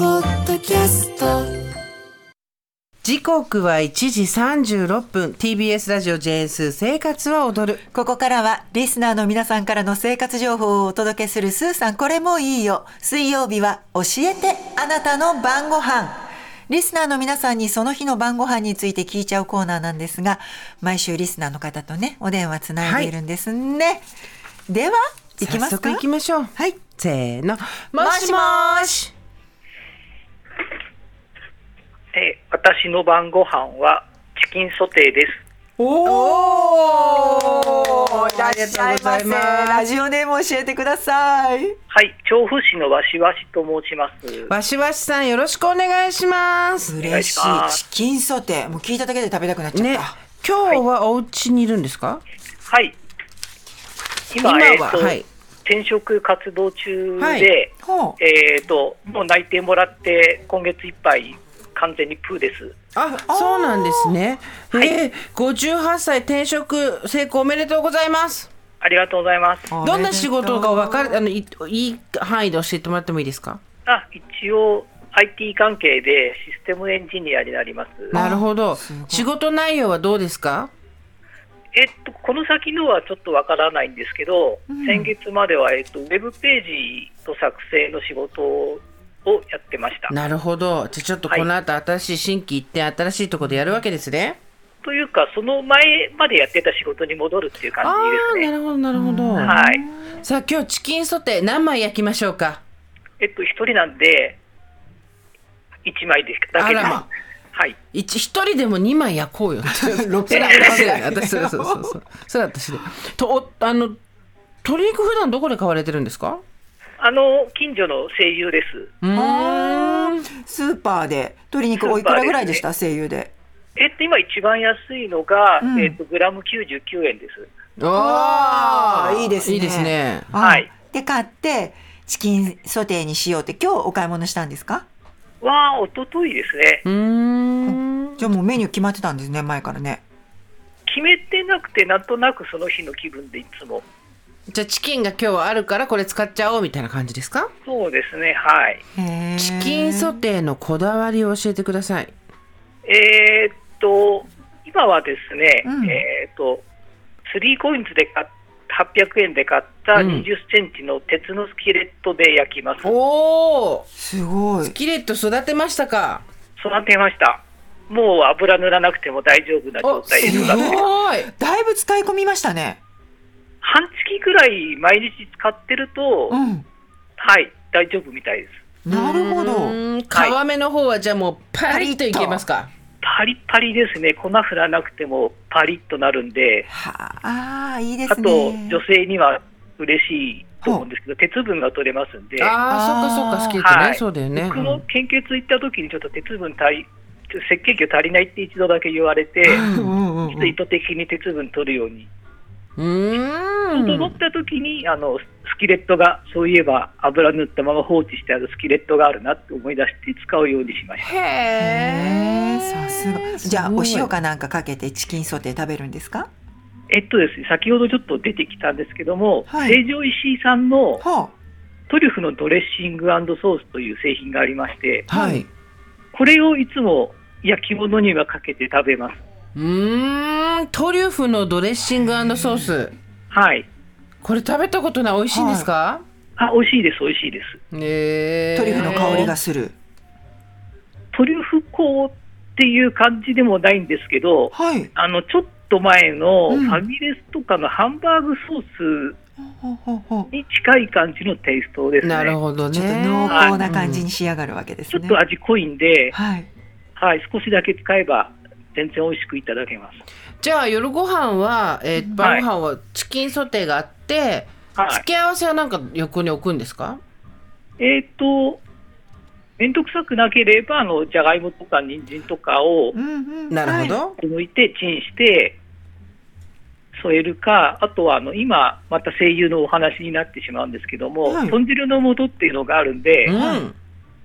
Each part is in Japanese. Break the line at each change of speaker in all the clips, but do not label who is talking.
キャスト
時刻は1時36分 TBS ラジオ JS 生活は踊る
ここからはリスナーの皆さんからの生活情報をお届けするスーさんこれもいいよ水曜日は教えてあなたの晩ご飯リスナーの皆さんにその日の晩ご飯について聞いちゃうコーナーなんですが毎週リスナーの方とねお電話つないでいるんですね、ではいきま
早
す
速
か
行きましょう
はい
せーのもし
し
も
も
し
えー私の晩ご飯はチキンソテーです。
おお
いらっしゃいませラジオネーム教えてください
はい、調布市のわしわしと申します。
わしわしさんよろしくお願いします
嬉し
お願いしま
い
す
チキンソテーもう聞いただけで食べたくなっちゃった、
ね今日はお家にいるんですか、
はい。今
今は
えっ、と、
はい
転職活動中で、
はい
ほう
えっ、ともう内定もらって今月いっぱい完全にプーです。
あそうなんですね
い
えー、58歳転職成功おめでとうございます
ありがとうございます。
どんな仕事が分かるあのいいい範囲で教えてもらってもいいですか
あ、一応 IT 関係でシステムエンジニアになります。
なるほど
ごい
仕事内容はどうですか
えっと、この先のはちょっとわからないんですけど、先月までは、えっと、ウェブページの作成の仕事をやってました。
なるほどじゃあちょっとこの後新しい新規一転新しいところでやるわけですね
というか、その前までやってた仕事に戻るっていう感
ああー
じです
な
ね。
るほどなるほど
はい。
さあ今日チキンソテー何枚焼きましょうか
えっと、一人なんで、一枚ですだけで
あ
す。
ら
はい。
一一人でも2枚焼こうよ
六
それ
枚
私だよ私それそうそうそうそれ私でとおあの鶏肉普段どこで買われてるんですか
あの、近所の声優です。
うーん
スーパーで鶏肉おいくらぐらいでした声優で
えっと、今一番安いのが、
ん
えっと、グラム99円です。
あ
いいですね
いいですね
はい
で買ってチキンソテーにしようって今日お買い物したんですか
わあ、おとといですね。
うーん
じゃあもうメニュー決まってたんですね前からね
決めてなくて、なんとなくその日の気分でいつも。
じゃあチキンが今日はあるからこれ使っちゃおうみたいな感じですか
そうですね、はい。
チキンソ
テ
テーのこだわりを教えてください
えーっと、今はですね、
うん
えーっと、スリーコインズで買っ800円で買った
うん
20センチの鉄のスキレットで焼きます。
おお
ーすごい
キレット育てましたか
育てました。もう油塗らなくても大丈夫な状態で
おす
育
ご
て
い
だいぶ使い込みましたね
半月くらい毎日使ってると、
うん
はい、大丈夫みたいです。
なるほど
うーん皮目の方はじゃあもうパリッといけますか
パリッパリですね。粉振らなくてもパリッとなるんで、
はあーいいで
あ
す
と
ね
女性には嬉しいと思うんですけど、鉄分が取れますんで。
ああそっかそっか
あ
ス
ー
キレットね、
はい
そうだよね
僕も献血行った時にちょっと鉄分足りちょっと赤血球足りないって一度だけ言われて、
うんうんう
ちょっと意
ん
図的に鉄分取るように、
うーん
整った時にあのスキレットがそういえば油塗ったまま放置してあるスキレットがあるなって思い出して使うようにしました
へえ
へーさすがじゃあお塩かなんかかけてチキンソテー食べるんですか
えっとですね先ほどちょっと出てきたんですけども、
はい
成城石井さんの
は
トリュフのドレッシングソースという製品がありまして
はい
これをいつも焼き物にはかけて食べます
うーんトリュフのドレッシングソース
はい
これ食べたことない美味しいんですか、
あ美味しいです美味しいです
え
あ
ー
トリュフの香りがする
トリュフ粉っていう感じでもないんですけど、
はい
あの、ちょっと前の
う
フ
ん
ァミレスとかのハンバーグソース
ほうほうほう
に近い感じのテイストですね。
なるほどね
ちょっと濃厚な感じに仕上がるわけです
ちょ
ね。
っと味濃いんで、
はい。
はい、少しだけ使えば全然美味しくいただけます。
じゃあ夜ご飯は、えー、
は
晩
い
ご飯はチキンソテーがあって、
は
付
い。
け合わせはなんか横に置くんですか
えっ、と、面倒くさくなければ、あの、じゃがいもとか人参とかを
うんうん。
なるほ
はい。
ど、
剥いてチンして、添えるか、あとはあの今、また声優のお話になってしまうんですけども、
はい
豚汁の素っていうのがあるんで、
うん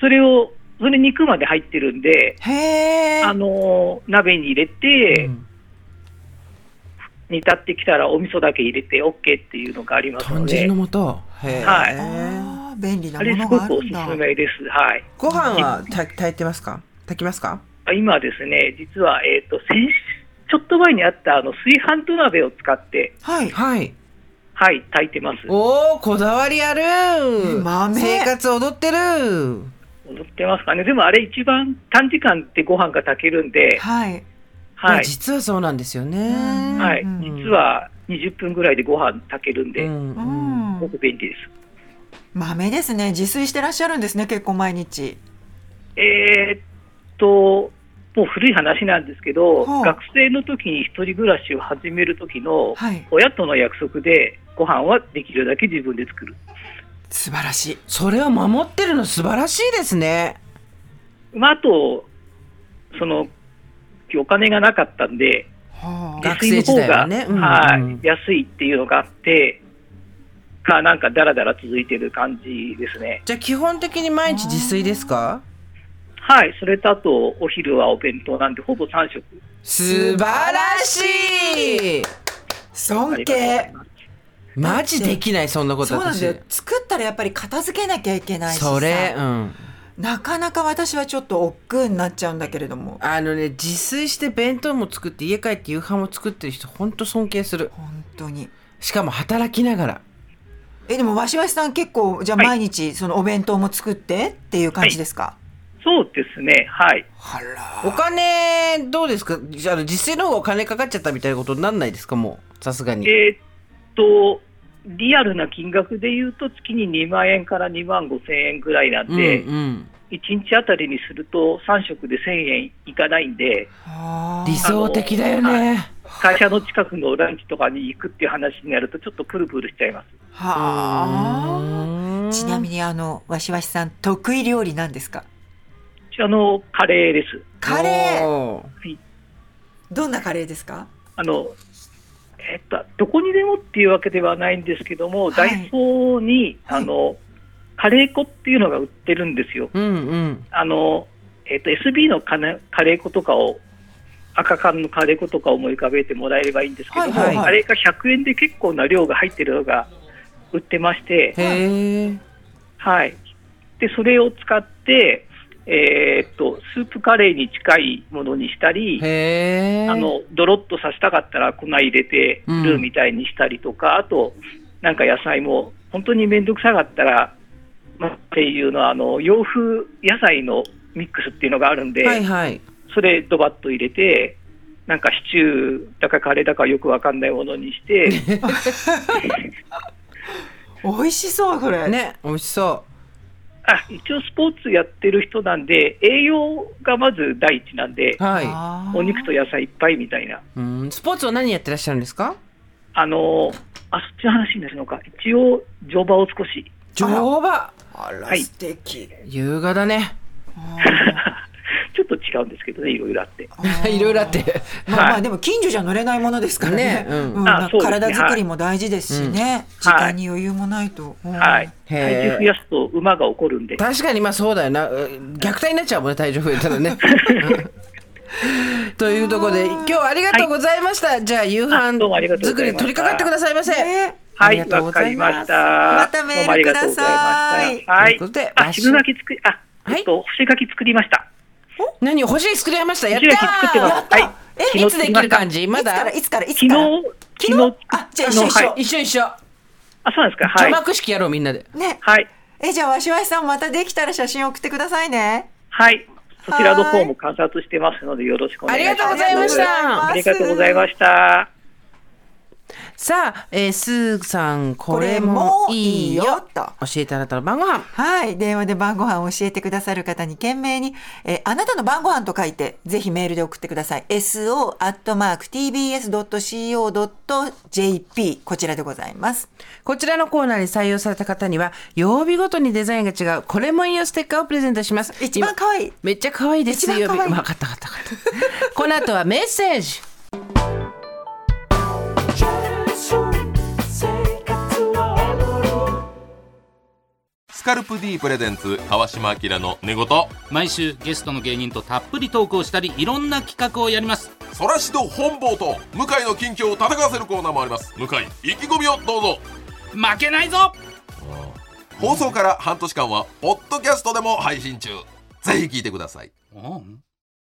それを、それ肉まで入ってるんで、
へえ。
あのー鍋に入れて、煮立ってきたらお味噌だけ入れて OK っていうのがありますの
豚汁
で、
の素へえ、
はい
あー便利な
あ
も
れす
の
ご
があ
くお
る
す
んだ
す。めです。はい。
ご飯はた炊いてますか炊きますか
あ今ですね、実は、えっ、と、先ちょっと前にあった、あの、炊飯土鍋を使って、
はい。
はい。
はい、炊いてます。
おー、こだわりある
豆
生活踊ってる
踊ってますかね。でもあれ一番短時間ってご飯が炊けるんで、
はい。
ま
は
あ
い。
実はそうなんですよね。
うん
はい。
うん
実は20分ぐらいでご飯炊けるん
う
で、す
ん
う
うん
ん
ご。く便利です。
豆ですね。自炊してらっしゃるんですね。結構毎日。
えーっと、もう古い話なんですけど、
はあ
学生の時に一人暮らしを始める時の
はい。
親との約束で、ご飯はできるだけ自分で作る。
素晴らしい。
それを守ってるの素晴らしいですね。
まあ、あと、その、お金がなかったんで、
はあ。
学生時代はね
自
う
炊
ん
の方が、はい、安いっていうのがあって、か、なんかだらだら続いてる感じですね。
じゃあ基本的に毎日自炊ですか
はい、それとあと、お昼はお弁当なんで、ほぼ3食。
素晴らしい
尊
ありがとうござい
敬。
ます
マジできないそんなこと
そうなん
私
だよ。作ったらやっぱり片付けなきゃいけないしさ。
それうん
なかなか私はちょっと億劫になっちゃうんだけれども。
あのね自炊して弁当も作って家帰って夕飯も作ってる人ほんと尊敬する
本当に。
しかも働きながら
え、でもわしわしさん結構、じゃあ
はい
毎日そのお弁当も作ってっていう感じですか、
そうですね、はい。
あら。
お金どうですかじゃああの自炊の方がお金かかっちゃったみたいなことになんないですかもうさすがに
えーっと、リアルな金額で言うと、月に2万円から2万5千円ぐらいなん
うん
で、
うん
1日あたりにすると3食で1000円いかないんで、
はあ
理想的だよね
会社の近くのランチとかに行くっていう話になると、ちょっとプルプルしちゃいます。
は
うーん
あ。ちなみにあの、わしわしさん得意料理なんですか
うちあの、カレーです。
カレー。
お
どんなカレーですか
あの、えーっと、どこにでもっていうわけではないんですけど
は
も、
い
ダイソーに、
はい
あの、カレー粉っていうのが売ってるんですよ。
うんうん
あの、えっ、と、SB のカレカレー粉とかを、赤缶のカレー粉とかを思い浮かべてもらえればいいんですけども、
はいはいはい
カレーが100円で結構な量が入ってるのが売ってまして、
へえ
はい。で、それを使って、えーっと、スープカレーに近いものにしたり、
へえ
あの、ドロッとさせたかったら粉入れて、
うん
ルーみたいにしたりとか、あと、なんか野菜も、本当に面倒くさかったら、まあ、っていうのは、あの、洋風野菜のミックスっていうのがあるんで、
はいはい
それドバッと入れて、なんかシチューだかカレーだかよくわかんないものにして、
美味しそう、これ。。
ね美味しそ
あ、一応スポーツやってる人なんで、栄養がまず第一なんで
う、はい
お肉と野菜いっぱいみたいな。
うんスポーツは何やってらっしゃるんですか
あのーあ、そっちの話になるのか。一応、乗馬を少し。
乗馬
あら、
はい
素敵。
優雅だね
ちょっと違うんですけどね、いろいろあっ て。
いろいろあって
まあま
は
あ
い
でも近所じゃ乗れないものですからね
ね。うん
うんなんか
あそうですね
体作りも大事ですしね。時
はい
間に余裕もないと。うん
はい。体
へ
重
ー
増やすと馬が怒るんで。
確かにまあそうだよなうん虐待になっちゃうもんね体重増えたら ね。というところで今日はありがとうございました、じゃあ夕
あ
飯
どうもありがとうご
作
ざ
り
い
に
ました
取り掛かってくださいませ。
ね
は
ありが
い、
とうご
わか
ざい
り
ます
ました。
またメール
どうもありがとうござ
くだ
ました
さい
は
ということで
い。あ、
来週
渋柿作り、あ、
はい
えっと、干し柿作りました。
何を星に作りましたやった
干し柿作ってます。
ー
はい。
えい
昨
つ
日
でき
作りま
る
した
感じまだ
いつからいつ
昨
からいつから。
日、昨
昨
日
日、あじゃあ一緒一
の
緒
はい
一緒一緒。
あ、そうなんですか。は
除
い。
幕式やろうみんなで。
ね。
はい。
えじゃあわしわしさんまたできたら写真送ってくださいね。
はい。そちらの方も観察してますので、よろしくお願いします。
ありがとうございました
ありがとうございました。
さあ、えー、スーさんこれもいいよ
これもいいよ
教えてあなたの晩ご飯
はい。電話で晩ご飯を教えてくださる方に懸命に、えーあなたの晩ご飯と書いて、ぜひメールで送ってください。so.tbs.co.jp。こちらでございます。
こちらのコーナーに採用された方には曜日ごとにデザインが違うこれもいいよステッカーをプレゼントします。
一番可愛い。
めっちゃ可愛いです。
一番
水曜日
可愛い
わかったわかったわかった。この後はメッセージ。
スカルプ D プレゼンツ川島明の寝言
毎週ゲストの芸人とたっぷりトークをしたりいろんな企画をやります
そらしど本坊と向井の近況を戦わせるコーナーもあります向井意気込みをどうぞ
負けないぞ
放送から半年間はポッドキャストでも配信中ぜひ聞いてください
うん